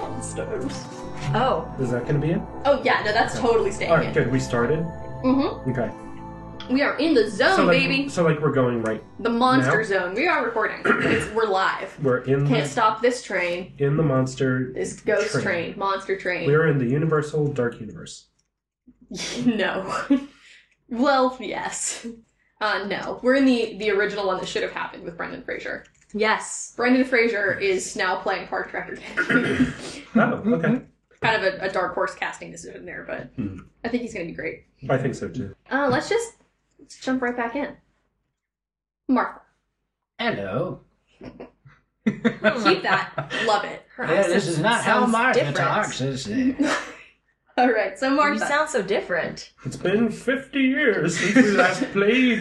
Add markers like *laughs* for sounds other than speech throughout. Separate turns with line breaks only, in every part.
rooms.
Oh.
Is that going to be it?
Oh yeah, no, that's totally staying
All right,
in.
good. We started.
Mm-hmm.
Okay.
We are in the zone,
so like,
Oh, baby.
so like we're going right.
The monster
Now?
zone. We are
*clears throat*
recording. it's, we're live.
We're in
Can't
the,
stop this train.
in the monster.
This ghost
Train.
train, monster train.
We are in the universal dark universe.
*laughs* no. *laughs* well, yes. Uh, no, we're in the the original one that should have happened with Brendan Fraser.
Yes.
Brendan Fraser is now playing Park *coughs* Director. Ken. *laughs*
Oh,
Mm-hmm.
okay.
kind of a, a dark horse casting decision there, but
Hmm.
I think he's going to be great.
I think so too.
Uh, let's just let's jump right back in. Martha,
Hello.
keep that. Love it. Her
Yeah, this is not how
sounds
Martha
different.
talks. This is,
*laughs* All right, so
You
Martha,
sound so *laughs* different.
It's been 50 years since we
*laughs*
last played.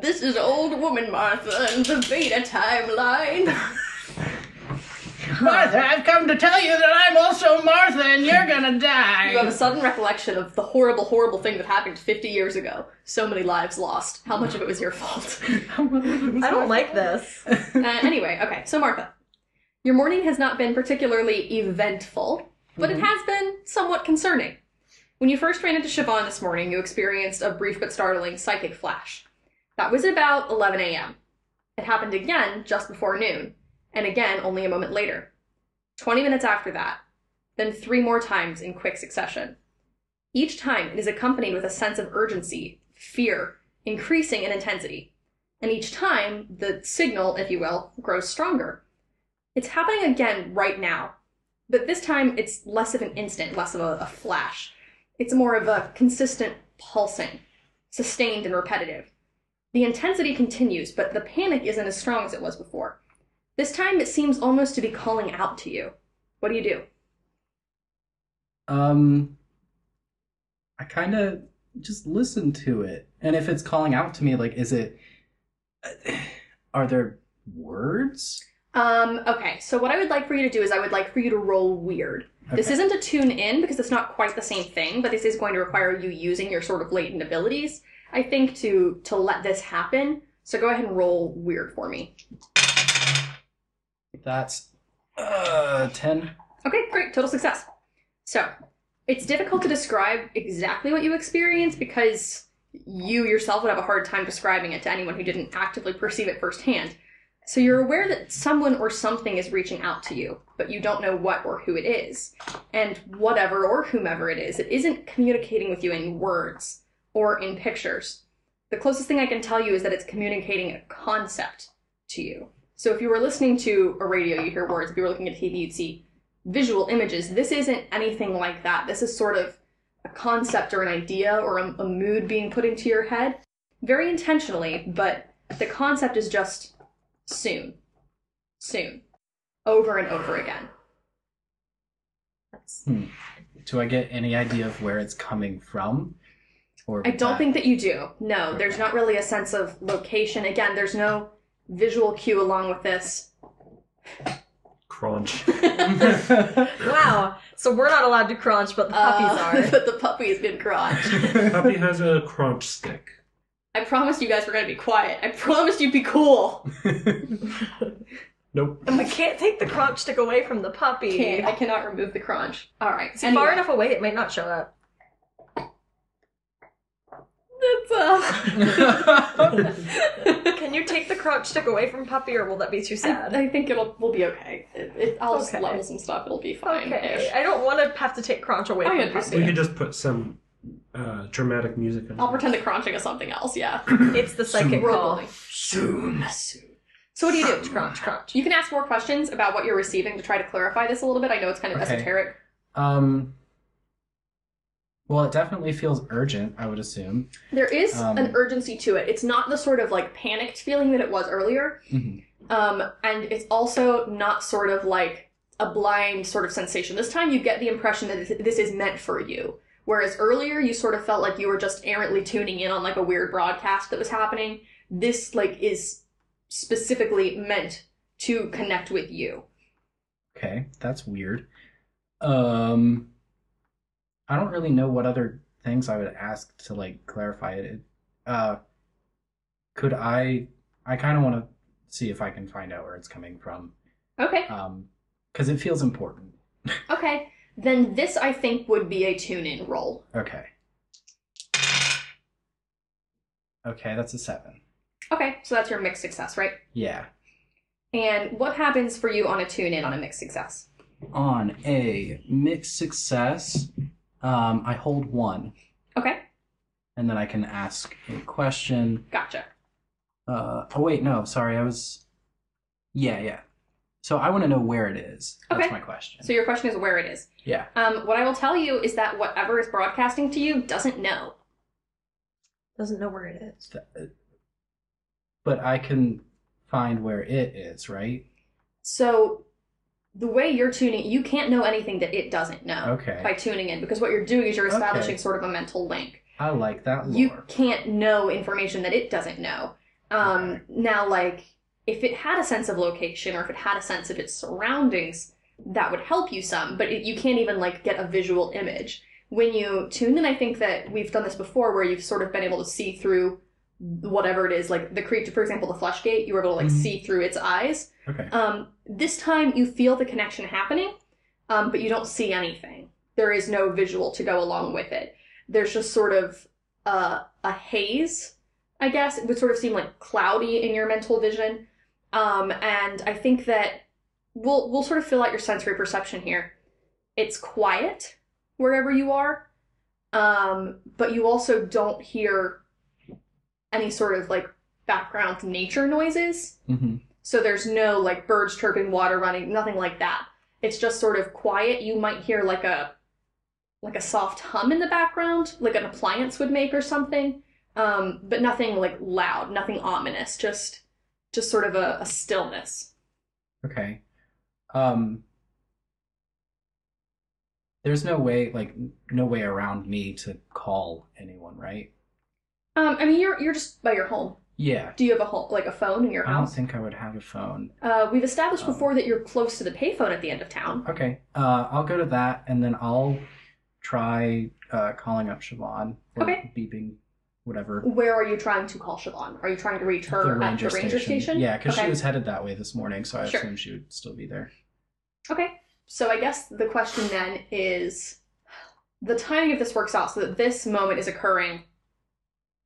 this is old woman Martha and the beta timeline.
Martha, I've come to tell you that I'm also Martha and you're gonna
You have a
die.
sudden recollection of the horrible, horrible thing that happened 50 years ago. So many lives lost. How much of it was your fault?
I don't like this.
*laughs* uh, anyway, okay, so Martha, your morning has not been particularly eventful, but it has been somewhat concerning. When you first ran into Siobhan this morning, you experienced a brief but startling psychic flash. That was at about 11 a.m. It happened again just before noon, and again only a moment later. 20 minutes after that, then three more times in quick succession. Each time it is accompanied with a sense of urgency, fear, increasing in intensity and each time the signal, if you will, grows stronger. It's happening again right now, but this time it's less of an instant, less of a, a flash. It's more of a consistent pulsing, sustained and repetitive. The intensity continues, but the panic isn't as strong as it was before. This time it seems almost to be calling out to you. What do you do?
Um, I kind of just listen to it, and if it's calling out to me, like, is it? uh, Are there words?
Um, okay, so what I would like for you to do is I would like for you to roll weird. This
Okay.
isn't a tune in because it's not quite the same thing, but this is going to require you using your sort of latent abilities, I think, to to let this happen. So go ahead and roll weird for me.
That's uh ten.
Okay, great, total success. So it's difficult to describe exactly what you experience because you yourself would have a hard time describing it to anyone who didn't actively perceive it firsthand. So you're aware that someone or something is reaching out to you, but you don't know what or who it is. And whatever or whomever it is, it isn't communicating with you in words or in pictures. The closest thing I can tell you is that it's communicating a concept to you. So if you were listening to a radio, you hear words. If you were looking at TV, you'd see visual images. This isn't anything like that. This is sort of a concept or an idea or a, a mood being put into your head very intentionally, but the concept is just soon, soon, over and over again.
That's-
Hmm. Do I get any idea of where it's coming from? Or
I don't
that-
think that you do. No, there's not really a sense of location. Again, there's no visual cue along with this.
Crunch.
Wow. So we're not allowed to crunch, but the
Uh,
*laughs* puppies
*laughs*
are.
but the puppy's been crotch.
Puppy has a crunch stick.
*laughs* I promised you guys were gonna be quiet. I promised you'd be cool.
Nope.
And we can't take the crunch stick away from the puppy.
Can't, I cannot remove the crunch. All right.
See, far enough away, it might not show up.
That's, uh,
*laughs*
*laughs*
*laughs*
Can you take the crunch stick away from puppy, or will that be too sad?
I, I think it'll we'll be okay. It, it, I'll just
Okay.
level some stuff. It'll be fine.
okay. I don't want to have to take crunch away
I
from
understand.
We could just put some uh, dramatic music in.
I'll pretend the crunching is something else. Yeah.
puppy. It's the psychic
Roll
call.
building.
Soon.
So what do you do?
Crunch, crunch.
You can ask more questions about what you're receiving to try to clarify this a little bit. I know it's kind of
Okay.
esoteric.
Um. Well, it definitely feels urgent. I would assume.
There is
Um,
an urgency to it. It's not the sort of like panicked feeling that it was earlier.
Mhm.
Um, and it's also not sort of like a blind sort of sensation. This time you get the impression that this- this is meant for you. Whereas earlier you sort of felt like you were just errantly tuning in on like a weird broadcast that was happening. This like is specifically meant to connect with you.
Okay, that's weird. Um, I don't really know what other things I would ask to like clarify it. It- Uh, could I? I kind of want to see if I can find out where it's coming from.
Okay.
Um, because it feels important.
Okay. Then this, I think, would be a tune in roll.
Okay. Okay, that's a seven.
Okay, so that's your mixed success, right?
Yeah.
And what happens for you on a tune in on a mixed success?
On a mixed success, um, I hold one,
Okay,
and then I can ask a question.
gotcha.
Uh, oh wait, no, sorry, I was. Yeah, yeah. So I want to know where it is. That's
Okay.
my question.
So your question is where it is.
yeah.
Um, what I will tell you is that whatever is broadcasting to you doesn't know.
Doesn't know where it is.
But I can find where it is, right?
So the way you're tuning, you can't know anything that it doesn't know
Okay.
by tuning in because what you're doing is you're
Okay.
establishing sort of a mental link.
I like that lore.
you can't know information that it doesn't know. Um,
Okay.
Now, like, if it had a sense of location or if it had a sense of its surroundings, that would help you some, but it, you can't even, like, get a visual image. When you tune in, I think that we've done this before where you've sort of been able to see through whatever it is, like the creature, for example, the flesh gate, you were able to, like,
Mhm.
see through its eyes.
Okay.
Um, this time you feel the connection happening, um, but you don't see anything. There is no visual to go along with it. There's just sort of a, a haze, I guess. It would sort of seem like cloudy in your mental vision. Um, and I think that we'll we'll sort of fill out your sensory perception here. It's quiet wherever you are, um, but you also don't hear any sort of like background nature noises.
hmm
So there's no like birds chirping, water running, nothing like that. It's just sort of quiet. You might hear like a like a soft hum in the background, like an appliance would make or something. Um, but nothing like loud, nothing ominous, just just sort of a, a stillness.
Okay. Um. There's no way, like, no way around me to call anyone, right?
Um, I mean you're you're just by your home.
Yeah.
Do you have a home like a phone in your
I don't
house?
think I would have a phone.
Uh, we've established
Um,
before that you're close to the payphone at the end of town.
Okay. Uh, I'll go to that, and then I'll try uh, calling up Siobhan or
Okay.
beeping, whatever.
Where are you trying to call Siobhan? Are you trying to reach her at the ranger station?
Yeah, because
Okay.
she was headed that way this morning, so I
Sure.
assumed she would still
*laughs*
be there.
Okay. So I guess the question then is the timing of this works out so that this moment is occurring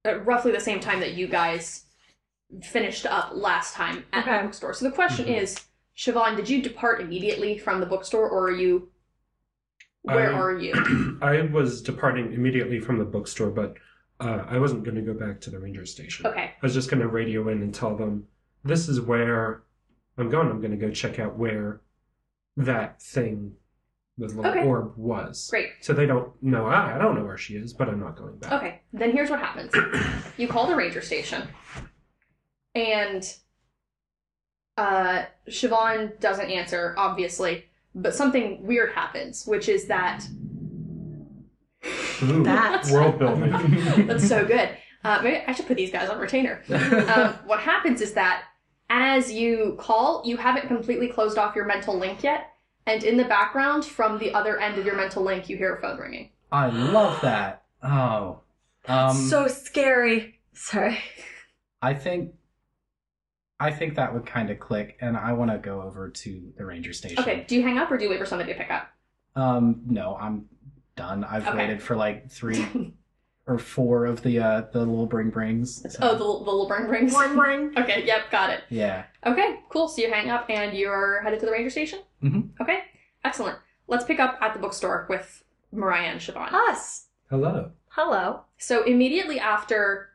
at roughly the same time that you guys finished up last time at
Okay.
the bookstore. So the question
Mhm.
is, Siobhan, did you depart immediately from the bookstore or are you where
I-
are you?
*clears throat* I was departing immediately from the bookstore, but uh, I wasn't going to go back to the ranger station.
Okay.
I was just going to radio in and tell them, this is where I'm going. I'm going to go check out where that thing, the little
Okay.
orb, was.
Great.
So they don't know, ah, I don't know where she is, but I'm not going back.
Okay, then here's what happens. you call the ranger station, and uh, Siobhan doesn't answer, obviously, but something weird happens, which is that
Ooh,
That's-
world building. *laughs*
*laughs*
that's so good. Uh, maybe I should put these guys on retainer. Um, what happens is that as you call, you haven't completely closed off your mental link yet, and in the background, from the other end of your mental link, you hear a phone ringing.
I love that. Oh. Um,
so scary. Sorry.
I think I think that would kind of click, and I want to go over to the ranger station.
Okay, do you hang up or do you wait for somebody to pick up?
Um, no, I'm done. I've
Okay.
waited for like three or four of the uh the little bring brings. so-
*laughs* Oh, the, the little burn rings.
One one.
Okay, yep, got it.
yeah.
Okay, cool. So you hang up and you're headed to the ranger station?
Mhm.
Okay, excellent. Let's pick up at the bookstore with Mariah and Siobhan.
Us.
Hello.
Hello.
So immediately after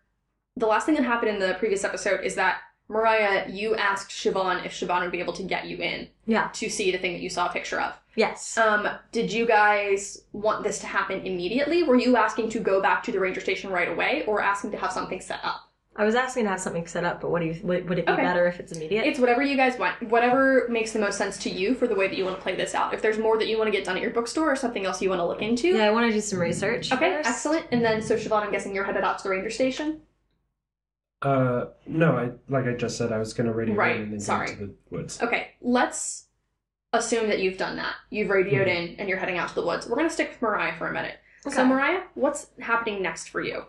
the last thing that happened in the previous episode is that Mariah, you asked Siobhan if Siobhan would be able to get you in
Yeah.
to see the thing that you saw a picture of.
Yes.
Um, did you guys want this to happen immediately? Were you asking to go back to the ranger station right away or asking to have something set up?
I was asking to have something set up, but what do you? Would, would it be
Okay.
better if it's immediate?
It's whatever you guys want, whatever makes the most sense to you for the way that you want to play this out. If there's more that you want to get done at your bookstore or something else you want to look into.
yeah, I want to do some research.
Okay,
first.
excellent. And then, so Siobhan, I'm guessing you're headed out to the ranger station.
Uh, no, I like I just said, I was going to radio
Right,
in and then
sorry.
go to the woods.
Okay, let's assume that you've done that. You've radioed in and you're heading out to the woods. We're going to stick with Mariah for a minute.
Mm-hmm. Okay.
So, Mariah, what's happening next for you?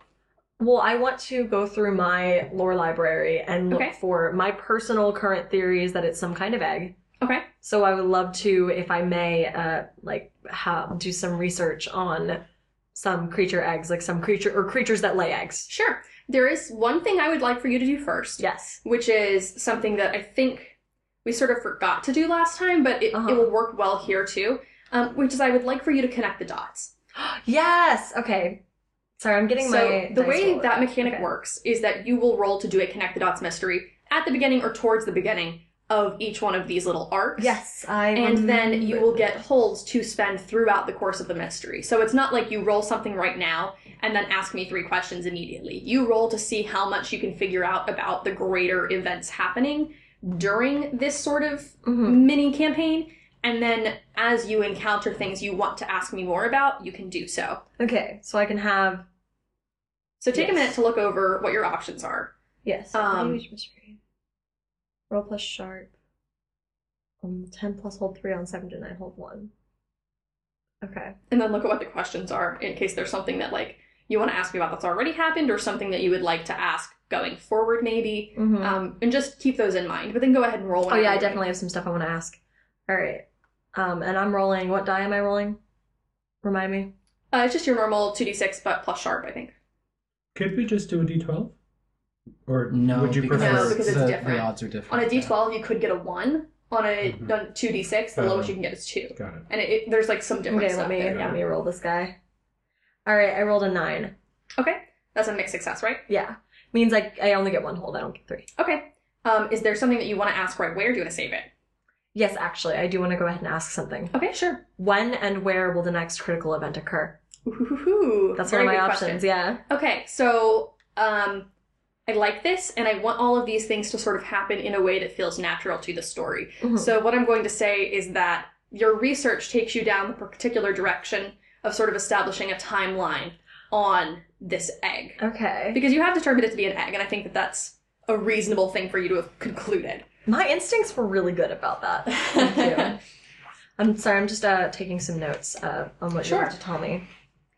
Well, I want to go through my lore library and look
Okay.
for my personal current theories that it's some kind of egg.
Okay.
So I would love to, if I may, uh, like ha- do some research on some creature eggs, like some creature or creatures that lay eggs.
Sure. There is one thing I would like for you to do first,
Yes.
which is something that I think we sort of forgot to do last time, but it,
Uh-huh.
it will work well here too, um, which is I would like for you to connect the dots.
*gasps* Yes. Okay. Sorry, I'm getting
So
my
the
dice
way
rolled.
that mechanic
Okay.
works is that you will roll to do a connect the dots mystery at the beginning or towards the beginning of each one of these little arcs.
Yes, I.
and then you will
remember.
get holds to spend throughout the course of the mystery. So it's not like you roll something right now and then ask me three questions immediately. You roll to see how much you can figure out about the greater events happening during this sort of
Mhm.
mini campaign. And then as you encounter things you want to ask me more about, you can do so.
Okay, so I can have
So take a
Yes.
minute to look over what your options are.
yes.
Um,
Language mystery. Roll plus sharp. Um, ten plus hold three on seven to nine hold one. Okay.
And then look at what the questions are in case there's something that like you want to ask me about that's already happened or something that you would like to ask going forward maybe.
Mm-hmm.
Um, and just keep those in mind. But then go ahead and roll.
oh
whenever
yeah, I
you're ready.
definitely have some stuff I want to ask. All right. Um, and I'm rolling. What die am I rolling? Remind me.
Uh, it's just your normal two d six, but plus sharp. I think.
Could we just do a d12? Or
No,
would you
because,
prefer?
No, because it's
the,
different.
the odds are different.
On a
*laughs*
d twelve, you could get a one. On a
Mhm.
on two d six, the lowest
Oh.
you can get is two.
Got it.
And it, it- there's like some different
Okay,
stuff
let me
there.
yeah.
let me roll this guy. All right, I rolled a nine.
Okay, that's a mixed success, right?
Yeah, means I I only get one hold. I don't get three.
Okay. Um, is there something that you want to ask right where? Do you want to save it?
Yes, actually, I do want to go ahead and ask something.
Okay, sure.
When and where will the next critical event occur?
Ooh,
That's
very
one of
good
my
question.
options. Yeah.
Okay, so um, I like this, and I want all of these things to sort of happen in a way that feels natural to the story.
So
So what I'm going to say is that your research takes you down the particular direction of sort of establishing a timeline on this egg.
okay.
Because you have determined it to be an egg, and I think that that's a reasonable thing for you to have *laughs* concluded.
My instincts were really good about that. Thank you. I'm sorry. I'm just uh, taking some notes uh, on what you
Sure.
have to tell me.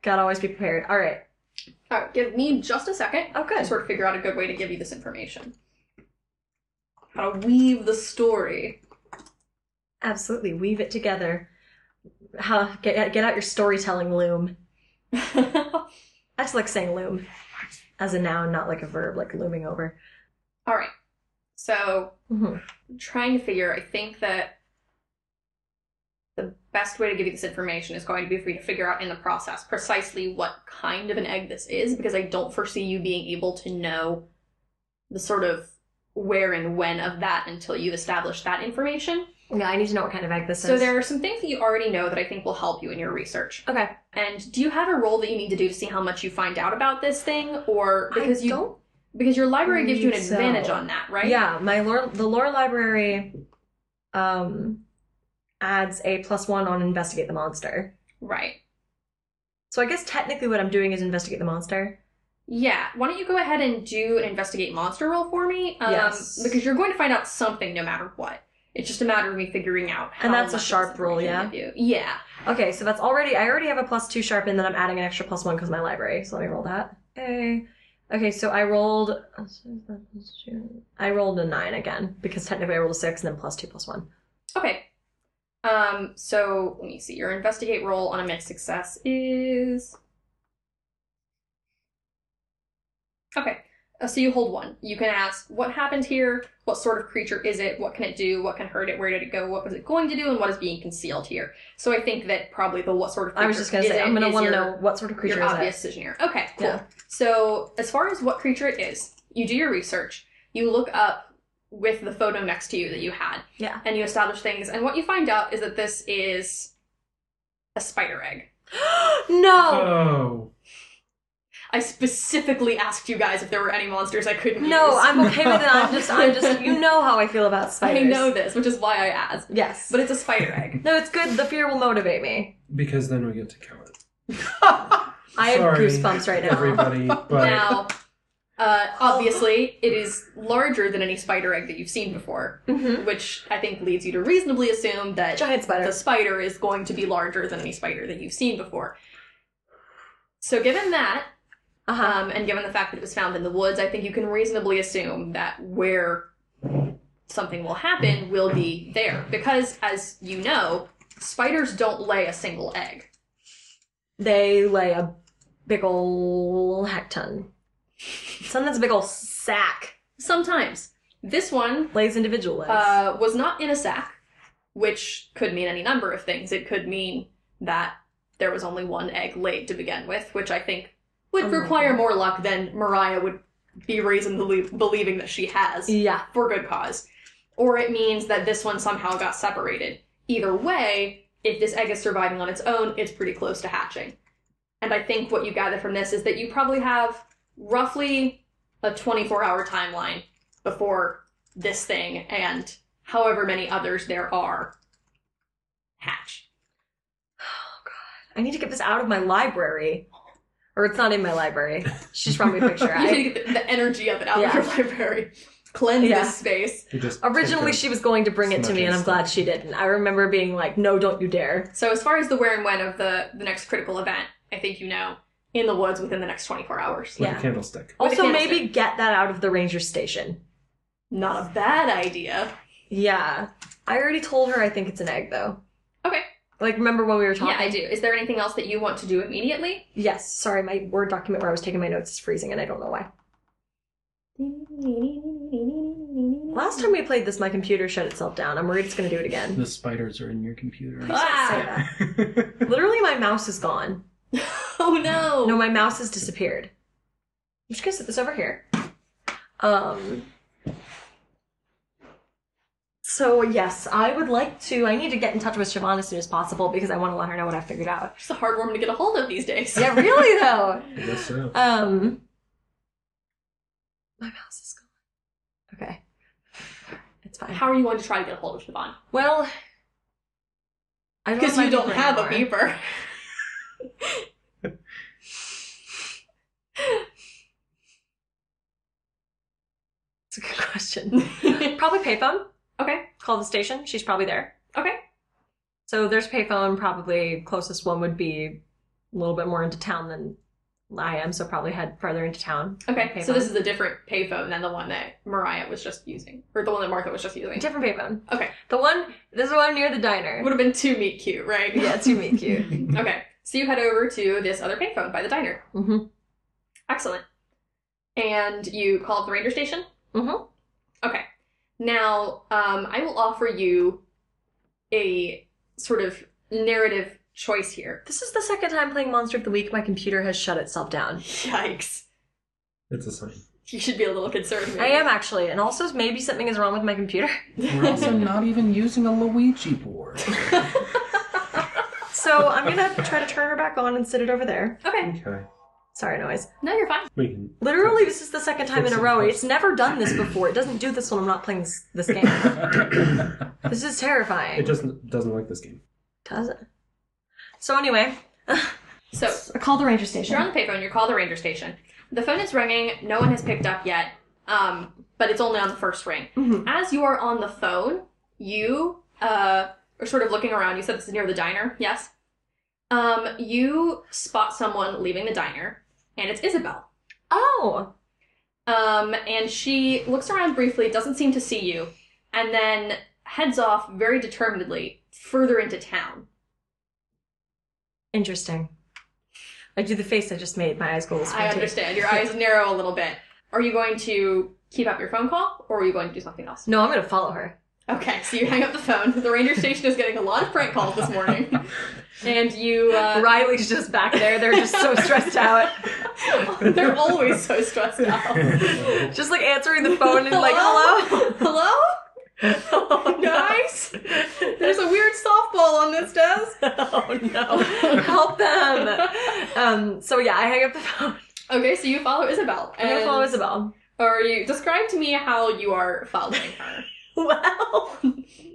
Gotta always be prepared. All right.
All right, give me just a second
Oh,
to
good.
sort of figure out a good way to give you this information. How to weave the story. *laughs*
Absolutely. Weave it together. How get get out your storytelling loom.
All
I just like saying loom as a noun, not like a verb, like looming over.
right. So
hmm
trying to figure, I think that the best way to give you this information is going to be for you to figure out in the process precisely what kind of an egg this is, because I don't foresee you being able to know the sort of where and when of that until you've established that information.
Yeah, I need to know what kind of egg this
So
is.
there are some things that you already know that I think will help you in your research.
Okay.
And do you have a role that you need to do to see how much you find out about this thing or because
I
you
don't
because your library gives you an
believe so.
advantage on that, right?
Yeah, my lore, the lore library um adds a plus one on investigate the monster.
Right.
So I guess technically what I'm doing is investigate the monster.
Yeah, why don't you go ahead and do an investigate monster roll for me? Um,
Yes.
Because you're going to find out something no matter what. It's just a matter of me figuring out. How
And
much
that's a
of this
sharp roll,
information to give you. Yeah.
Okay, so that's already I already have a plus two sharp and then I'm adding an extra plus one because my library. So let me roll that. Hey. Okay, so I rolled I rolled a nine again because technically I rolled a six and then plus two plus one.
Okay. Um. So let me see. Your investigate roll on a mixed success is. Okay. Uh, so you hold one. You can ask what happened here, what sort of creature is it, what can it do, what can hurt it, where did it go, what was it going to do, and what is being concealed here. So I think that probably the what sort of creature
I was just gonna
is
say
it
I'm gonna
is
want to
your-
know what sort of creature
your
is
obvious
it.
decision here. Okay, cool.
Yeah.
So as far as what creature it is, you do your research. You look up with the photo next to you that you had.
Yeah.
And you establish things, and what you find out is that this is a spider egg.
no,
Oh.
I specifically asked you guys if there were any monsters I
Uh,
couldn't
no,
use.
I'm okay with it. I'm just, I'm just. You know how I feel about spiders.
*laughs* I know this, which is why I asked.
Yes.
But it's a spider egg.
no, it's good. The fear will motivate me.
Because then we get to kill it.
I have
Sorry,
goosebumps *laughs* right now. *laughs*
Everybody, but
now, uh,
Oh.
obviously, it is larger than any spider egg that you've seen before,
Mhm.
which I think leads you to reasonably assume that
Giant
the
spider.
spider is going to be larger than any spider that you've seen before. So, given that,
Uh huh.
um, and given the fact that it was found in the woods, I think you can reasonably assume that where something will happen will be there. Because, as you know, spiders don't lay a single egg.
They lay a big ol' heck ton. Sometimes a big ol' sack
Sometimes. This one
lays individual eggs.
uh, was not in a sack, which could mean any number of things. It could mean that there was only one egg laid to begin with, which I think would
Oh my
require
God.
more luck than Mariah would be raised in belie- believing that she has
yeah.
for good cause. Or it means that this one somehow got separated. Either way, if this egg is surviving on its own, it's pretty close to hatching. And I think what you gather from this is that you probably have roughly a 24 hour timeline before this thing and however many others there are hatch.
I need to get this out of my library. Or it's not in my library. She's probably a
*laughs*
picture.
You
I,
need to get the, the energy of it out
Yeah.
of your library, *laughs* cleanse
Yeah.
this space.
You
*laughs*
just
originally,
take
she was going to bring it to me, and I'm glad she didn't. I remember being like, no, don't you dare.
So as far as the where and when of the, the next critical event, I think you know in the woods within the next 24 hours.
a- like
yeah.
a candlestick.
With a
Also,
candlestick.
maybe get that out of the ranger station.
Not a bad idea.
Yeah. I already told her I think it's an egg, though.
Okay.
Like, remember when we were talking?
Yeah, I do. Is there anything else that you want to do immediately?
Yes. Sorry, my Word document where I was taking my notes is freezing, and I don't know why. Last time we played this, my computer shut itself down. I'm worried it's going to do it again.
The spiders are in your computer. *laughs*
Please don't say
Ah.
that. Literally, my mouse is gone.
Oh no.
No, my mouse has disappeared. I'm just gonna set this over here. Um. So yes, I would like to. I need to get in touch with Siobhan as soon as possible because I want to let her know what I figured out.
It's a hard woman to get a hold of these days.
Yeah, really *laughs* though.
I guess so.
Um. My mouse is gone. Okay. It's fine.
How are you going to try to get a hold of Siobhan?
Well, I
Because
my
you don't
beeper
have a
anymore.
beeper.
It's a good question.
*laughs*
*laughs* probably payphone.
okay.
Call the station. She's probably there.
Okay.
So there's payphone. Probably closest one would be a little bit more into town than I am. So probably head further into town.
Okay.
Payphone.
So this is a different payphone than the one that Mariah was just using, or the one that Martha was just using.
different payphone.
Okay.
The one. This is one near the diner.
Would have been too meet cute, right?
*laughs* yeah, it's unique. You.
*laughs* Okay. So you head over to this other payphone by the diner.
mm-hmm.
Excellent. And you called the ranger station?
Mhm.
Okay. Now, um, I will offer you a sort of narrative choice here.
This is the second time playing Monster of the Week. My computer has shut itself down.
Yikes.
It's a sign.
You should be a little concerned.
I am actually, and also maybe something is wrong with my computer.
*laughs*
We're also not even using a Luigi *laughs* board.
So I'm gonna have to try to turn her back on and sit it over there.
Okay.
Okay.
Sorry, noise.
No, you're fine.
We can
Literally, this is the second time in a
Fix it
row.
first.
It's never done this before. It doesn't do this when I'm not playing this, this game.
Oh,
this is terrifying.
it doesn't doesn't like this game.
Does it? So anyway,
So,
call the ranger
you're
station.
on the payphone, you call the ranger station. The phone is ringing, no one has picked up yet, um, but it's only on the first ring.
Mhm.
As you are on the phone, you uh, are sort of looking around. You said this is near the diner, yes? Um, you spot someone leaving the diner, and it's Isabel.
Oh,
Um, and she looks around briefly, doesn't seem to see you, and then heads off very determinedly further into town.
interesting. I do the face I just made. My eyes go. a little
I
squinty.
understand. Your eyes narrow a little bit. Are you going to keep up your phone call, or are you going to do something else?
No, I'm gonna follow her.
Okay, so you hang up the phone. The ranger station is getting a lot of prank calls this *laughs* morning, and you uh,
Riley's just back there. They're just so stressed out.
*laughs* They're always so stressed *laughs* out.
Just like answering the phone
*laughs*
and like, hello.
Hello? Oh, *laughs*
*laughs*
nice. There's a weird softball on this desk.
Oh no! *laughs* Help them. Um. So yeah, I hang up the phone.
Okay, so you follow Isabel.
I'm gonna
and-
follow Isabel.
Or you describe to me how you are following her.
Well,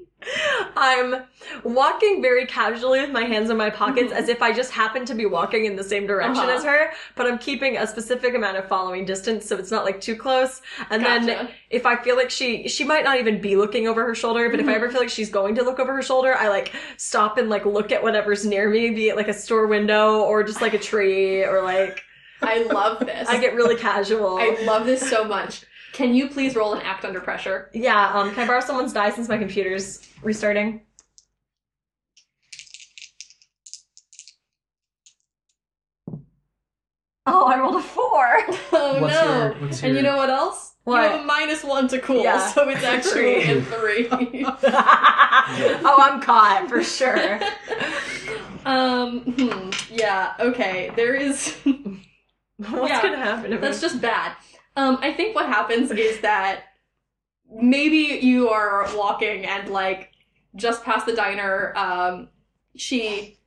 *laughs* I'm walking very casually with my hands in my pockets as if I just happen to be walking in the same direction
Uh-huh.
as her, but I'm keeping a specific amount of following distance so it's not like too close. And then
Gotcha.
if I feel like she she might not even be looking over her shoulder, but if I
Mm-hmm.
ever feel like she's going to look over her shoulder, I like stop and like look at whatever's near me, be it like a store window or just like a tree or like
*laughs* I love this. *laughs*
I get really casual.
I love this so much. Can you please roll an act under pressure?
Yeah, um, can I borrow someone's die since my computer's restarting? Oh, I rolled a *laughs* four.
Oh
What's
no!
your- what's
And you
your-
know what else?
What?
You have a minus one to cool,
Yeah.
so
*laughs*
it's actually a three. *laughs*
oh, I'm caught for sure.
um, hmm, yeah, okay. There is.
*laughs*
*laughs*
What's
Yeah.
gonna happen to me?
That's just bad. Um, I think what happens is that maybe you are walking and like just past the diner, um, she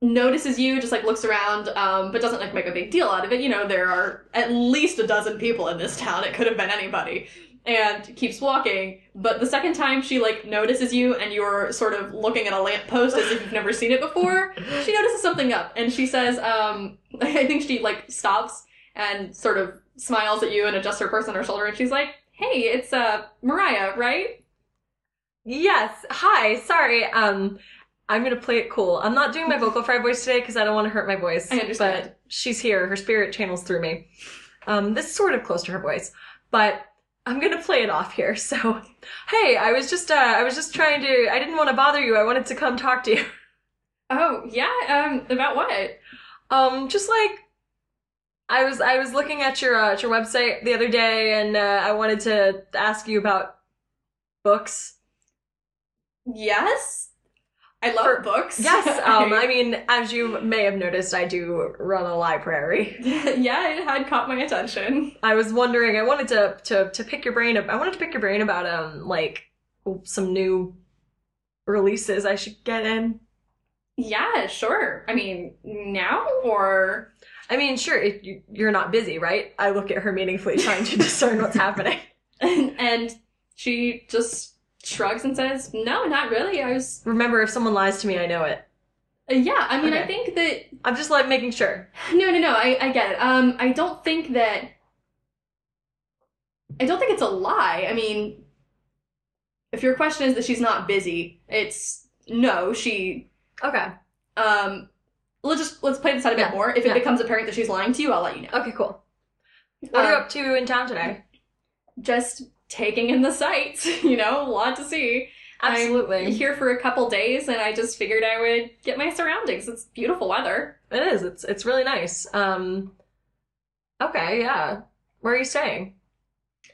notices you, just like looks around, um, but doesn't like make a big deal out of it. You know, there are at least a dozen people in this town. It could have been anybody. And keeps walking, but the second time she like notices you and you're sort of looking at a lamppost as if you've never seen it before, she notices something up and she says, um, *laughs* I think she like stops and sort of smiles at you and adjusts her purse on her shoulder and she's like, Hey, it's uh Mariah, right?
Yes. Hi. Sorry. Um, I'm gonna play it cool. I'm
*laughs*
not doing my vocal fry voice today because I don't want to hurt my voice.
I understand.
But she's here. Her spirit channels through me. Um, this is sort of close to her voice, but I'm gonna play it off here. *laughs* So, hey, I was just, uh, I was just trying to. I didn't want to bother you. I wanted to come talk to you. *laughs*
Oh, yeah, um, about what?
Um, just like I was, I was looking at your, uh, at your website the other day, and uh, I wanted to ask you about books.
Yes? I love
For-
books.
*laughs*
*laughs*
Yes, um, I mean, as you may have noticed, I do run a library.
yeah, it had caught my attention.
I was wondering, I wanted to to to pick your brain. ab- I wanted to pick your brain about um like some new releases I should get in.
Yeah, sure. I mean, now *laughs* or
I mean, sure, if you, you're not busy, right? I look at her meaningfully, *laughs* trying to discern what's happening.
and she just shrugs and says, "No, not really. I was
Remember, if someone lies to me, I know it.
uh, yeah, I mean, I
Okay.
think that
I'm just like making sure.
No, no, no. I, I get it. Um, I don't think that. I don't think it's a lie. I mean, if your question is that she's not busy, it's no. She
Okay,
um, let's just let's play this out a bit
Yeah,
more. If it
yeah.
becomes apparent that she's lying to you, I'll let you know.
okay, cool. What are you up to in town today?
Just taking in the sights, *laughs* you know, a lot to see. I'm
Absolutely,
Here for a couple days, and I just figured I would get my surroundings. It's beautiful weather.
it is. It's it's really nice. Um, okay, yeah. Where are you staying?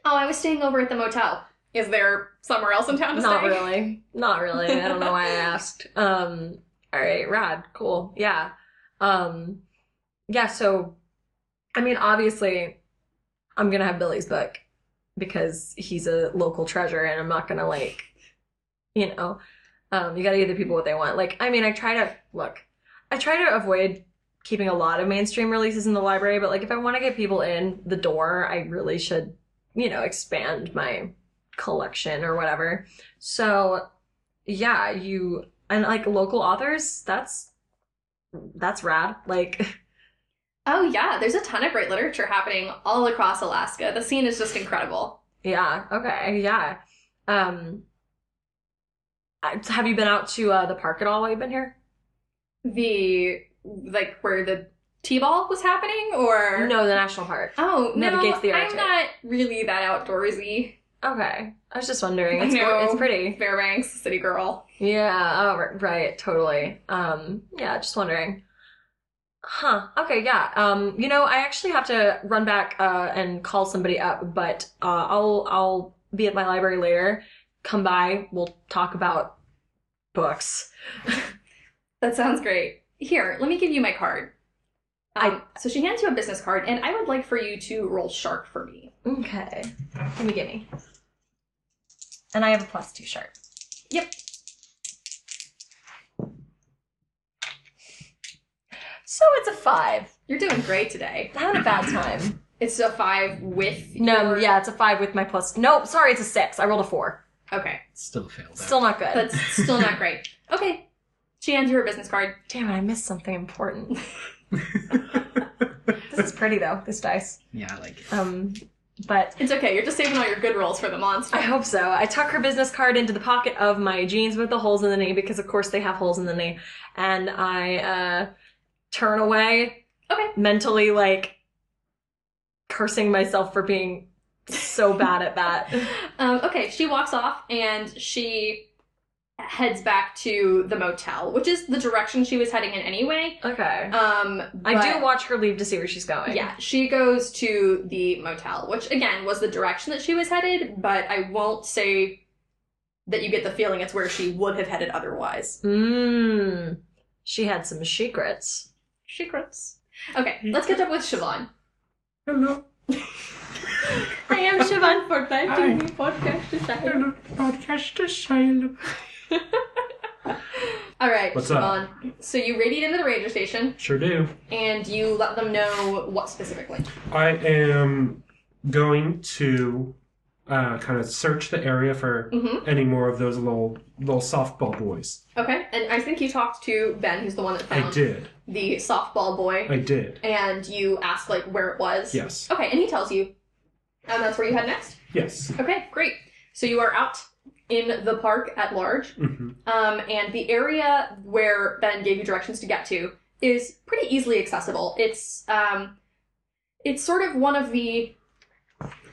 Oh, I was staying over at the motel. Is there somewhere else in town to
Not
stay?
really. Not really. I don't know why I asked. Um all right, rad, cool. Yeah. Um yeah, so I mean obviously I'm gonna have Billy's book because he's a local treasure and I'm not gonna like you know um you gotta give the people what they want. Like I mean I try to look, I try to avoid keeping a lot of mainstream releases in the library, but like if I wanna get people in the door, I really should, you know, expand my collection or whatever. So, yeah, you and like local authors, that's that's rad. Like, *laughs*
Oh yeah, there's a ton of great literature happening all across Alaska. The scene is just incredible.
yeah, okay, yeah. Um I- have you been out to uh, the park at all while you've been here?
The like where the T-ball was happening, or
No, the national park.
Oh no,
Navigates the
I'm
Arctic.
not really that outdoorsy.
Okay, I was just wondering. It's
No.
it's pretty.
Fairbanks, city girl.
Yeah. Oh, ri- right. Totally. Um. Yeah. Just wondering. Huh. Okay. Yeah. Um. You know, I actually have to run back uh, and call somebody up, but uh, I'll I'll be at my library later. Come by. We'll talk about books.
That sounds great. Here, let me give you my card. Um, so she hands you a business card, and I would like for you to roll shark for me.
Okay. Gimme, gimme. And I have a plus two sharp.
Yep.
So it's a five.
You're doing great today.
I'm having a bad time.
It's a five with
No,
your-
yeah, it's a five with my plus. No, sorry, it's a six. I rolled a four.
Okay,
Still failed. that.
Still not good.
that's still not great. Okay, she hands you her business card.
Damn it, I missed something *laughs* important. this is pretty though. This dice.
yeah, I like it.
Um, but
It's okay. You're just saving all your good rolls for the
I
monster.
hope so. I tuck her business card into the pocket of my jeans with the holes in the knee because, of course, they have holes in the knee. And I uh, turn away,
Okay.
mentally like cursing myself for being so bad at *laughs* that.
*laughs* Um, okay, she walks off and she heads back to the motel, which is the direction she was heading in anyway.
Okay.
Um,
I do
but-
watch her leave to see where she's going.
Yeah, she goes to the motel, which again was the direction that she was headed, but I won't say that you get the feeling it's where she would have headed otherwise.
Mmm. She had some secrets.
Secrets. Okay, let's catch up with Siobhan.
Hello,
*laughs* I am Siobhan for
Hi.
me podcast design.
hello, podcast asylum.
All right,
What's up?
Siobhan. So you radiate into the ranger station
Sure do.
and you let them know what specifically.
I am going to uh, kind of search the area for
Mhm.
any more of those little little softball boys.
Okay, and I think you talked to Ben, who's the one that
I
found
did.
the softball boy,
I did.
and you asked like where it was.
Yes.
Okay, and he tells you, and that's where you head next.
Yes.
Okay, great. So you are out in the park at large,
hmm
um, and the area where Ben gave you directions to get to is pretty easily accessible. It's um, it's sort of one of the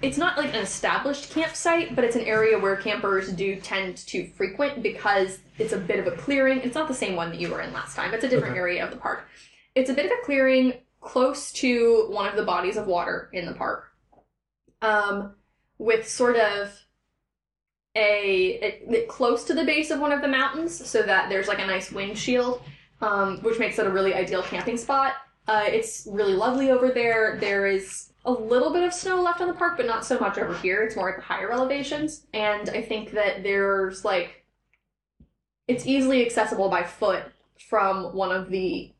it's not like an established campsite, but it's an area where campers do tend to frequent because it's a bit of a clearing. It's not the same one that you were in last time. It's a different
Okay.
area of the park. It's a bit of a clearing close to one of the bodies of water in the park. Um, with sort of a it, it- close to the base of one of the mountains so that there's like a nice windshield um, which makes it a really ideal camping spot uh, it's really lovely over there there is a little bit of snow left on the park but not so much over here it's more at the higher elevations and i think that there's like it's easily accessible by foot from one of the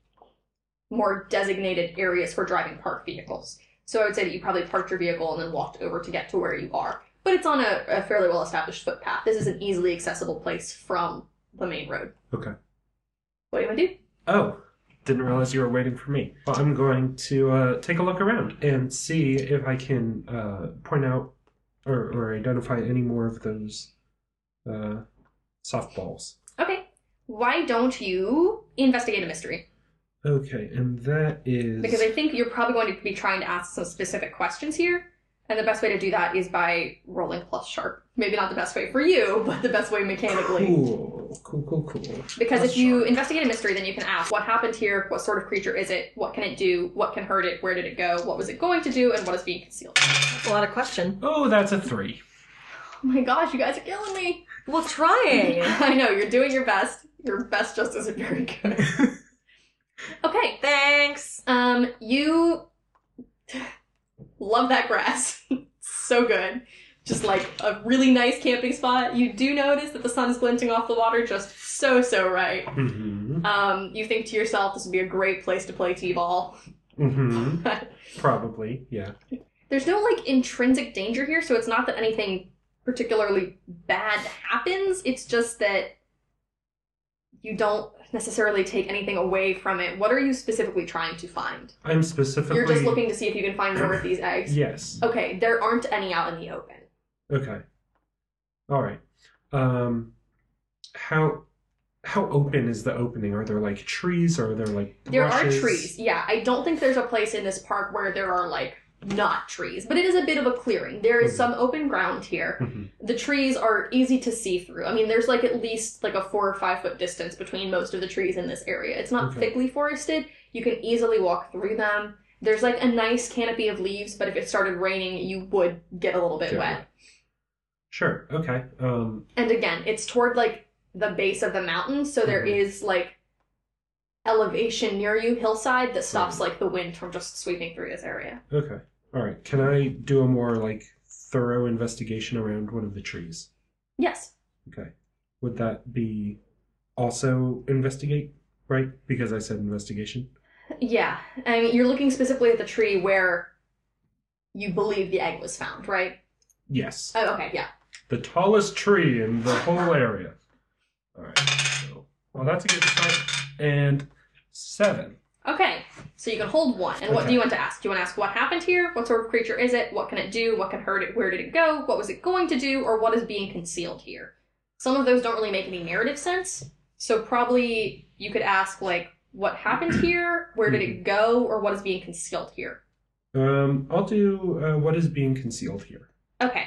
more designated areas for driving park vehicles so i would say that you probably parked your vehicle and then walked over to get to where you are but it's on a, a fairly well established footpath. This is an easily accessible place from the main road.
Okay.
What do you want to do?
Oh, didn't realize you were waiting for me. Well, I'm going to uh, take a look around and see if I can uh, point out or, or identify any more of those uh, softballs.
Okay. Why don't you investigate a mystery?
Okay, and that is
Because I think you're probably going to be trying to ask some specific questions here. And the best way to do that is by rolling plus sharp. Maybe not the best way for you, *laughs* but the best way mechanically.
cool, cool, cool, cool.
Because
Plus
if you
sharp.
investigate a mystery, then you can ask what happened here, what sort of creature is it, what can it do, what can hurt it, where did it go, what was it going to do, and what is being concealed.
That's a lot of question.
Oh, that's a
*laughs*
three.
Oh my gosh, you guys are killing me!
Well, trying.
*laughs* I know, you're doing your best. Your best just isn't very good. okay.
Thanks.
Um, you love that grass. *laughs* so good. Just like a really nice camping spot. You do notice that the sun's glinting off the water just so so right.
Mm-hmm.
Um, you think to yourself this would be a great place to play T-ball. *laughs*
Mm-hmm. Probably, yeah.
There's no like intrinsic danger here, so it's not that anything particularly bad happens. It's just that you don't necessarily take anything away from it. What are you specifically trying to find?
I'm specifically.
You're just looking to see if you can find more of these
*clears throat*
eggs.
Yes.
Okay, there aren't any out in the open.
Okay. All right. Um, how how open is the opening? Are there like trees? Or are there like
There
brushes?
are trees. Yeah, I don't think there's a place in this park where there are like not trees, but it is a bit of a clearing. There is
Mhm.
some open ground here.
Mhm.
the trees are easy to see through. I mean, there's like at least like a four or five foot distance between most of the trees in this area. It's not
Okay.
thickly forested. You can easily walk through them. There's like a nice canopy of leaves, but if it started raining, you would get a little bit
Yeah,
wet.
yeah. Sure. Okay. Um.
And again, it's toward like the base of the mountain, so there
Mhm.
is like elevation near you, hillside that
Mm-hmm.
stops like the wind from just sweeping through this area.
Okay. All right. Can I do a more like thorough investigation around one of the trees?
Yes.
Okay. Would that be also investigate? Right? Because I said investigation.
Yeah. I mean, you're looking specifically at the tree where you believe the egg was found, right?
Yes.
Oh, okay, yeah.
The tallest tree in the whole area. Alright, so. Well, that's a good start. And seven.
Okay, so you can hold one. And what do
Okay.
you want to ask? Do you want to ask what happened here? What sort of creature is it? What can it do? What can hurt it? Where did it go? What was it going to do? Or what is being concealed here? Some of those don't really make any narrative sense. So probably you could ask, like, what happened here? Where did it go? Or what is being concealed here?
Um, I'll do uh, what is being concealed here.
Okay.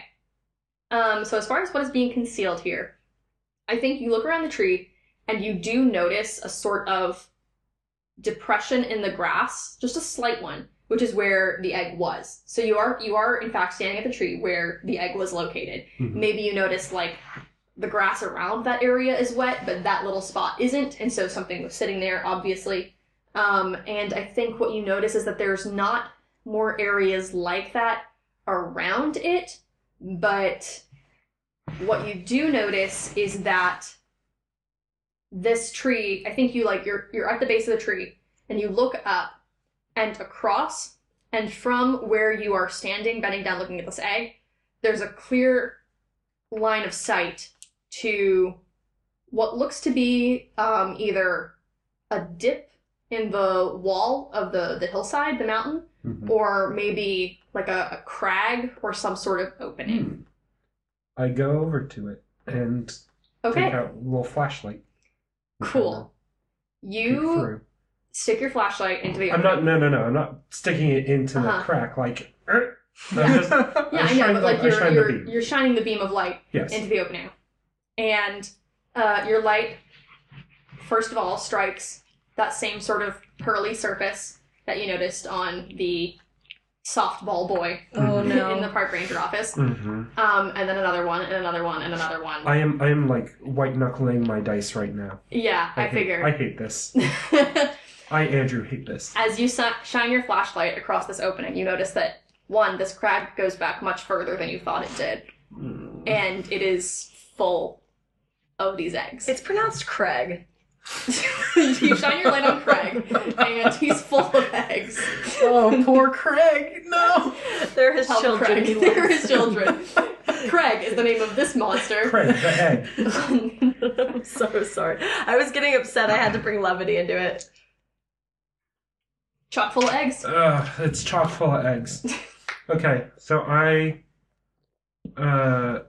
Um, so as far as what is being concealed here, I think you look around the tree and you do notice a sort of depression in the grass, just a slight one, which is where the egg was. So you are you are in fact standing at the tree where the egg was located.
Mhm.
Maybe you notice like the grass around that area is wet, but that little spot isn't, and so something was sitting there, obviously. Um, and I think what you notice is that there's not more areas like that around it, but what you do notice is that this tree, I think you like you're you're at the base of the tree and you look up and across and from where you are standing bending down looking at this egg, there's a clear line of sight to what looks to be um, either a dip in the wall of the, the hillside, the mountain,
Hmm.
Mhm.
or maybe like a, a crag or some sort of opening.
I go over to it and take
Okay,
out a little flashlight. and try
cool.
to peek
You
through.
stick your flashlight into the
I'm not. No, no, no. I'm not sticking it into
Uh-huh.
the crack. Like. er,
*laughs*
I'm
Yeah.
just- I
Yeah, I know,
shine
but
the-
like
I
you're
shine the
you're,
beam.
you're shining the beam of light
yes.
into the opening, and uh, your light first of all strikes that same sort of pearly surface that you noticed on the softball boy
Oh
Mhm.
no.
in the park ranger office,
hmm
um, and then another one, and another one, and another one.
I am. I am like white knuckling my dice right now.
yeah, I,
hate,
figure.
I hate this.
*laughs*
I Andrew hate this.
As you si- shine your flashlight across this opening, you notice that one, this crag goes back much further than you thought it did,
Mm.
and it is full of these eggs.
It's *laughs* pronounced Craig.
*laughs* you shine your light on Craig, and he's full of eggs.
Oh, poor Craig! No.
*laughs*
They're his
Help
children.
Craig.
*laughs*
They're his children. Craig is the name of this monster.
Craig the egg.
I'm so sorry. I was getting upset. I had to bring levity into it.
*laughs* Chock full of eggs.
Ugh, it's chock full
*laughs*
of eggs. Okay, so I uh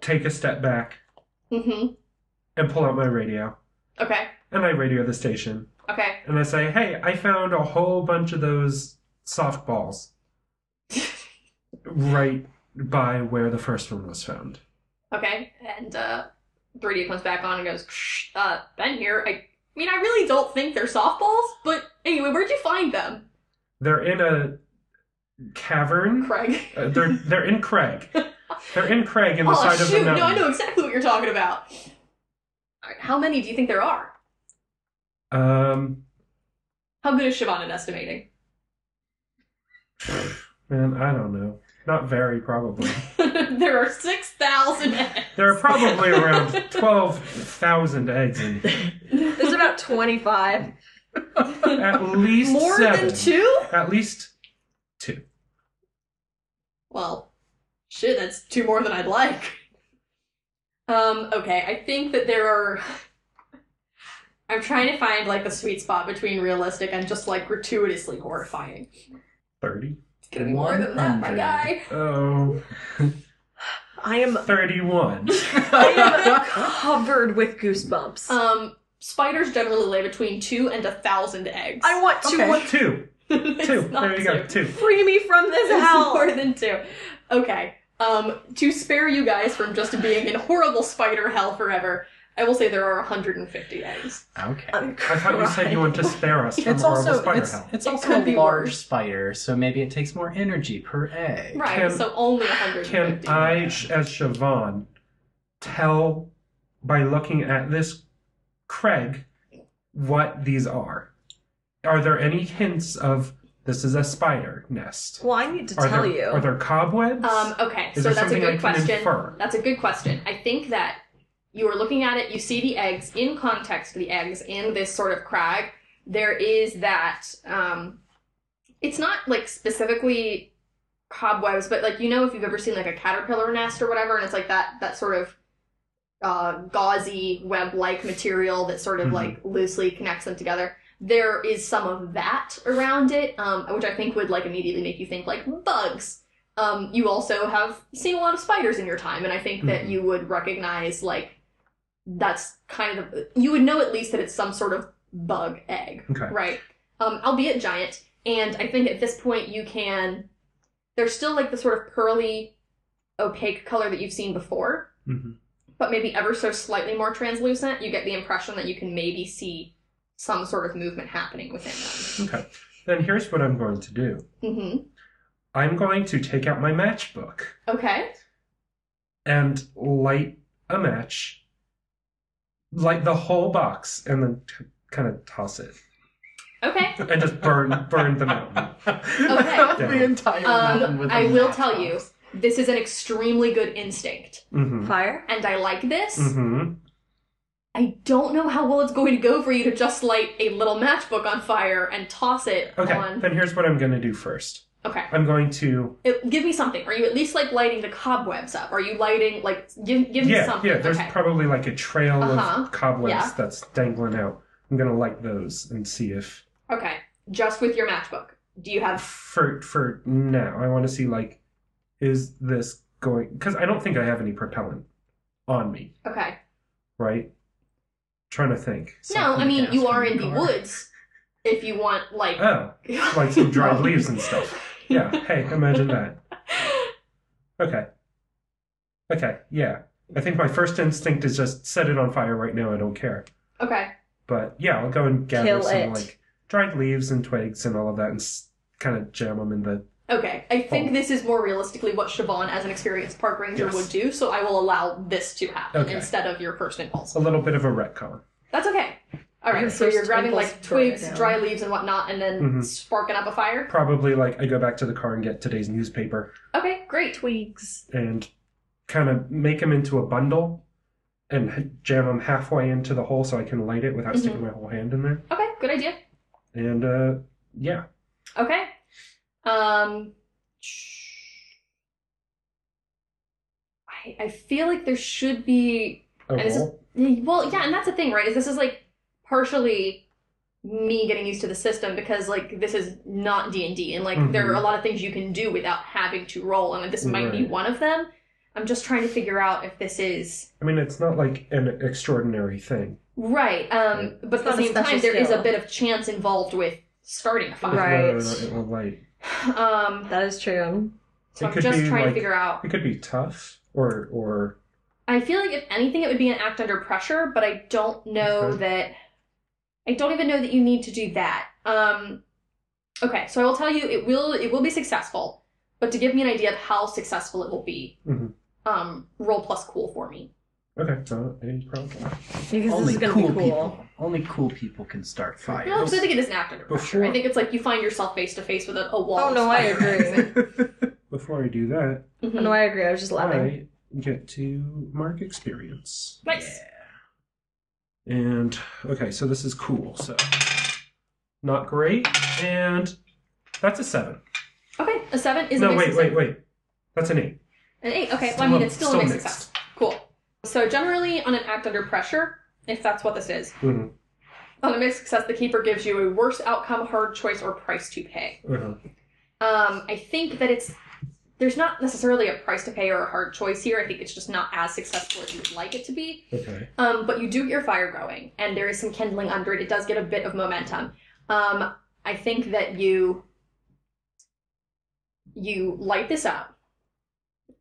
take a step back
hmm
and pull out my radio.
Okay.
And I radio the station.
Okay.
And I say, Hey, I found a whole bunch of those
*laughs*
softballs. right by where the first one was found.
Okay. And uh, 3D comes back on and goes, "Psh, uh, Ben here. I mean, I really don't think they're softballs, but anyway, where'd you find them,
They're in a cavern.
Craig?
*laughs* Uh, they're they're in Craig. They're in Craig in the
oh,
side of
shoot.
the
No,
mountain.
I know exactly what you're talking about. All right, how many do you think there are?
Um,
How good is Siobhan at estimating? *laughs*
man, I don't know. Not very probably.
there are 6,000 eggs.
There are probably around
*laughs*
12,000 eggs in here.
There's about 25.
At least
More
seven.
than two?
At least two.
*laughs* Well, shit, that's two more than I'd like. Um, okay, I think that there are. I'm trying to find like the sweet spot between realistic and just like gratuitously horrifying.
30.
It's gonna be more than that, my
100.
guy.
Oh,
I
*laughs*
am
31.
I am covered with goosebumps.
Um, spiders generally lay between two and a thousand eggs. *laughs*
I want to
Two. Two.
It's
Two.
not
There you go. Two.
free me from this
It's
hell.
more than two. Okay. Um, to spare you guys from just being in horrible spider hell forever, I will say there are 150 eggs.
*laughs* Okay.
I'm
I thought you said you wanted to spare us from
It's
horrible
also
spider
it's,
hell.
it's
It
also
could
a
be
large
worse.
spider, so maybe it takes more energy per
*laughs*
egg.
Right.
Can-
so only 150.
Can I, sh- as Siobhan, tell by looking at this Craig what these are? Are there any hints of this is a spider nest?
Well, I need to
are
tell
there,
you.
Are there cobwebs?
Um, okay,
Is
so
there
that's a
something I
good
can
question.
infer?
That's a good question. I think that you are looking at it, you see the eggs in context, the eggs in this sort of crag. There is that, um, it's not like specifically cobwebs, but like you know, if you've ever seen like a caterpillar nest or whatever, and it's like that, that sort of uh, gauzy web like material that sort of
Mhm.
like loosely connects them together. There is some of that around it, um, which I think would like immediately make you think like bugs um, you also have seen a lot of spiders in your time, and I think that
Mhm.
you would recognize like that's kind of you would know at least that it's some sort of bug egg,
okay.
right? Um, albeit giant, and I think at this point you can. There's still like the sort of pearly opaque color that you've seen before,
Mhm.
but maybe ever so slightly more translucent, you get the impression that you can maybe see some sort of movement happening within them.
Okay. Then here's what I'm going to do.
Mm-hmm.
I'm going to take out my matchbook
Okay.
and light a match, light the whole box, and then t- kind of toss it
Okay.
and just burn *laughs* burn the mountain.
the entire
Um,
mountain with a
I will
matchbox.
tell you, this is an extremely good instinct,
Mm-hmm.
Fire?
and I like this.
Mm-hmm.
I don't know how well it's going to go for you to just light a little matchbook on fire and toss it
Okay.
on.
Then here's what I'm gonna do first.
Okay.
I'm going to
It, give me something. Are you at least like lighting the cobwebs up? Are you lighting like give give me
yeah
something?
yeah. There's
okay.
probably like a trail
Uh-huh.
of cobwebs
Yeah.
that's dangling out. I'm gonna light those and see if
okay. Just with your matchbook. Do you have
for for now I want to see like is this going because I don't think I have any propellant on me
okay?
right. Trying to think.
No, I mean
gas
you
from
are
your
in the
car.
woods. If you want like
Oh, *laughs* like some
*laughs*
dried leaves and
*laughs*
stuff. Yeah, hey, imagine that. Okay. Okay, yeah. I think my first instinct is just set it on fire right now, I don't care.
Okay.
But yeah, I'll go and gather
Kill
some
it.
like dried leaves and twigs and all of that and s- kind of jam them in the.
Okay, I think
Oh.
this is more realistically what Siobhan, as an experienced park ranger,
Yes.
would do, so I will allow this to happen
Okay.
instead of your first impulse.
A little bit of a retcon.
That's okay. All right,
Your
so you're
first
grabbing
impulse
like
to burn it
twigs,
down.
dry leaves, and whatnot, and then
Mhm.
sparking up a fire.
Probably like I go back to the car and get today's newspaper
Okay, great.
Twigs.
and kind of make them into a bundle and h- jam them halfway into the hole so I can light it without
Mm-hmm.
sticking my whole hand in there.
Okay, good idea.
And uh, yeah.
Okay. Um, I, I feel like there should be
A
And this is-
roll.
Well, yeah, and that's the thing, right? Is this is like partially me getting used to the system because like this is not D and D, and like there are a lot of things you can do without having to roll, and this might be
Mm-hmm. Right.
one of them. I'm just trying to figure out if this is
I mean, it's not like an extraordinary thing.
right. Um, but at
not
the
a
same
special
time, there is a
skill.
bit of chance involved with starting a fire.
Whether
Right.
or not it will light.
Um,
That is true.
so
It
I'm
could
just
be,
trying to
like-
figure out.
It could be tough, or or
I feel like if anything, it would be an act under pressure, but I don't know
Okay.
that. I don't even know that you need to do that. Um, okay, so I will tell you it will it will be successful, but to give me an idea of how successful it will be,
Mhm.
um, roll plus cool for me.
okay, not a problem.
Because
Only
this is
cool
gonna be cool.
people. Only cool people can start fires.
No, because I *laughs* think it is an act under pressure.
Before-
I think it's like you find yourself face to face with a, a wall.
Oh
of
no, I
spiders.
agree.
*laughs*
Oh,
Before I do that,
Mhm.
no, I agree. I was just laughing.
I get to mark experience,
Nice.
and okay, so this is cool. So not great, and that's a seven.
Okay, a seven is a
no,
mixed
wait,
success.
wait, wait. That's an eight.
An eight. Okay. Well, I mean,
Still-
it's still,
still
a mixed
mixed.
success. Cool. So generally, on an act under pressure, if that's what this is,
Mhm.
on a mixed success, the keeper gives you a worse outcome, hard choice, or price to pay.
Uh-huh.
Um, I think that it's there's not necessarily a price to pay or a hard choice here. I think it's just not as successful as you would like it to be.
Okay.
Um, but you do get your fire going, and there is some kindling under it. It does get a bit of momentum. Um, I think that you you light this up,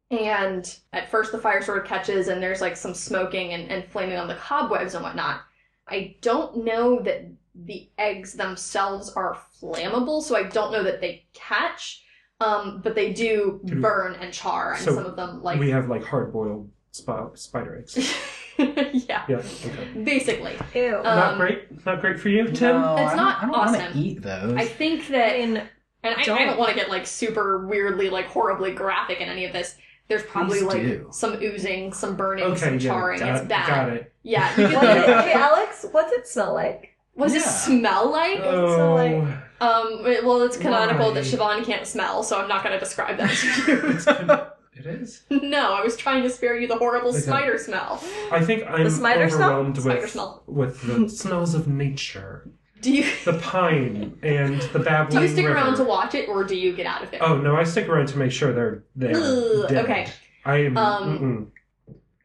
and at first the fire sort of catches, and there's like some smoking and, and flaming on the cobwebs and whatnot. I don't know that the eggs themselves are flammable, so I don't know that they catch. Um, but they do
Can we-
burn and char, and
So
some of them like
we have like hard boiled sp- spider eggs.
*laughs* yeah,
yeah. Okay.
basically.
Ew.
Um,
not great. Not great for you, Tim.
No,
It's
I don't-
not
I don't want
awesome.
to eat those.
I think
I
that, and
mean,
I don't,
don't.
I don't want to get like super weirdly, like horribly graphic in any of this. There's probably
Please
like
do.
some oozing, some burning,
Okay.
some
Yeah.
charring.
Got,
it's bad.
got it.
*laughs* Yeah. You
what
*laughs*
did
can,
it, hey Alex, what's it smell like?
what does it
Yeah.
smell like?
So, like-
Oh,
Um. it- Well, it's canonical that
Why?
Siobhan can't smell, so I'm not going to describe that *laughs* to you.
it's con- it is.
no, I was trying to spare you the horrible
Okay.
spider smell.
I think I'm
spider smell?
overwhelmed
Spider
with
smell.
with
*laughs*
the smells of nature,
Do you
the pine and the
do
babbling
you stick
river.
around to watch it, or do you get out of there?
Oh no, I stick around to make sure they're there.
Ugh,
dead.
okay.
I am.
Um,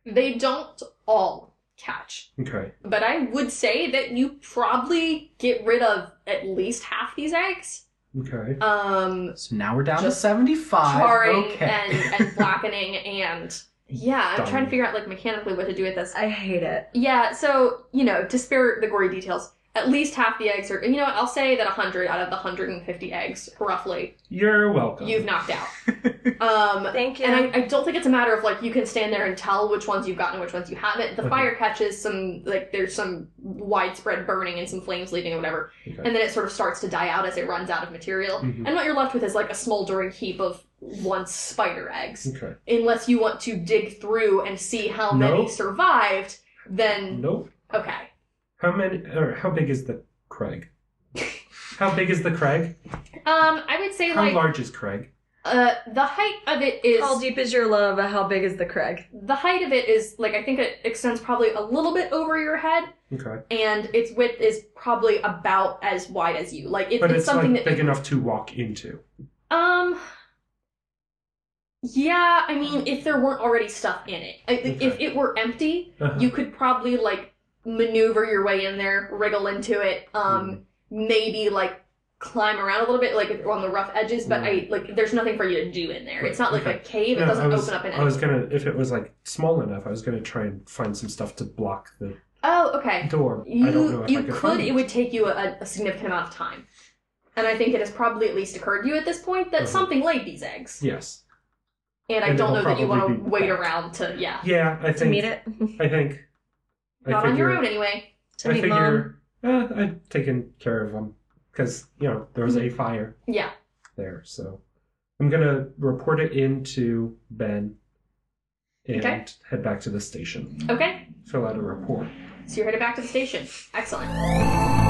They don't all catch.
mm-mm. Okay.
But I would say that you probably get rid of at least half these eggs.
Okay.
Um,
*laughs* So now we're down to
Just
75.
charring
okay.
and, and blackening and yeah, I'm trying
Darn.
to figure out like mechanically what to do with this.
I hate it.
Yeah, so you know, to spare the gory details, at least half the eggs are. You know, what, I'll say that 100 out of the 150 eggs, roughly,
You're welcome.
you've knocked out. Um,
Thank you.
and I, I don't think it's a matter of like you can stand there and tell which ones you've gotten and which ones you haven't. The
Okay.
fire catches some like there's some widespread burning and some flames leaving and whatever,
Okay.
and then it sort of starts to die out as it runs out of material.
Mhm.
And what you're left with is like a smoldering heap of once spider eggs.
Okay.
Unless you want to dig through and see how
No.
many survived, then
Nope.
okay.
How many? Or how big is the crag? how big is the crag?
Um, I would say
How
*laughs* like
large is crag?
uh, the height of it is
How deep is your love? How big is the Craig?
the height of it is like I think it extends probably a little bit over your head,
Okay.
and its width is probably about as wide as you. Like it,
But
it's,
it's,
something
like
that
big enough to walk into.
um. Yeah, I mean, if there weren't already stuff in it, I- if
Okay.
it were empty,
Uh-huh.
you could probably like maneuver your way in there, wriggle into it, um,
Hmm.
maybe like climb around a little bit, like if you're on the rough edges. But I like, there's nothing for you to do in there. It's not like a
Hmm. Okay.
cave; it
No, I
doesn't
was,
open up in
I
any.
was gonna, if it was like small enough, I was gonna try and find some stuff to block the
Oh, okay.
door. I don't know
You
if I
you
could.
could.
find
It would take you a, a significant amount of time, and I think it has probably at least occurred to you at this point that
Uh-huh.
something laid these eggs,
Yes.
and I
And
don't know
it'll
that you want
probably
to
be
wait
back.
around to yeah,
Yeah, I think.
To meet it?
I think.
not
I
on your
figure-
own anyway.
*laughs* To
I
meet mom?
figure. Eh, I've taken care of them because you know there was a fire.
Mm-hmm. Yeah.
there. So I'm gonna report it into Ben and
Okay.
head back to the station.
Okay.
Fill out a report.
So you're headed back to the station. Excellent.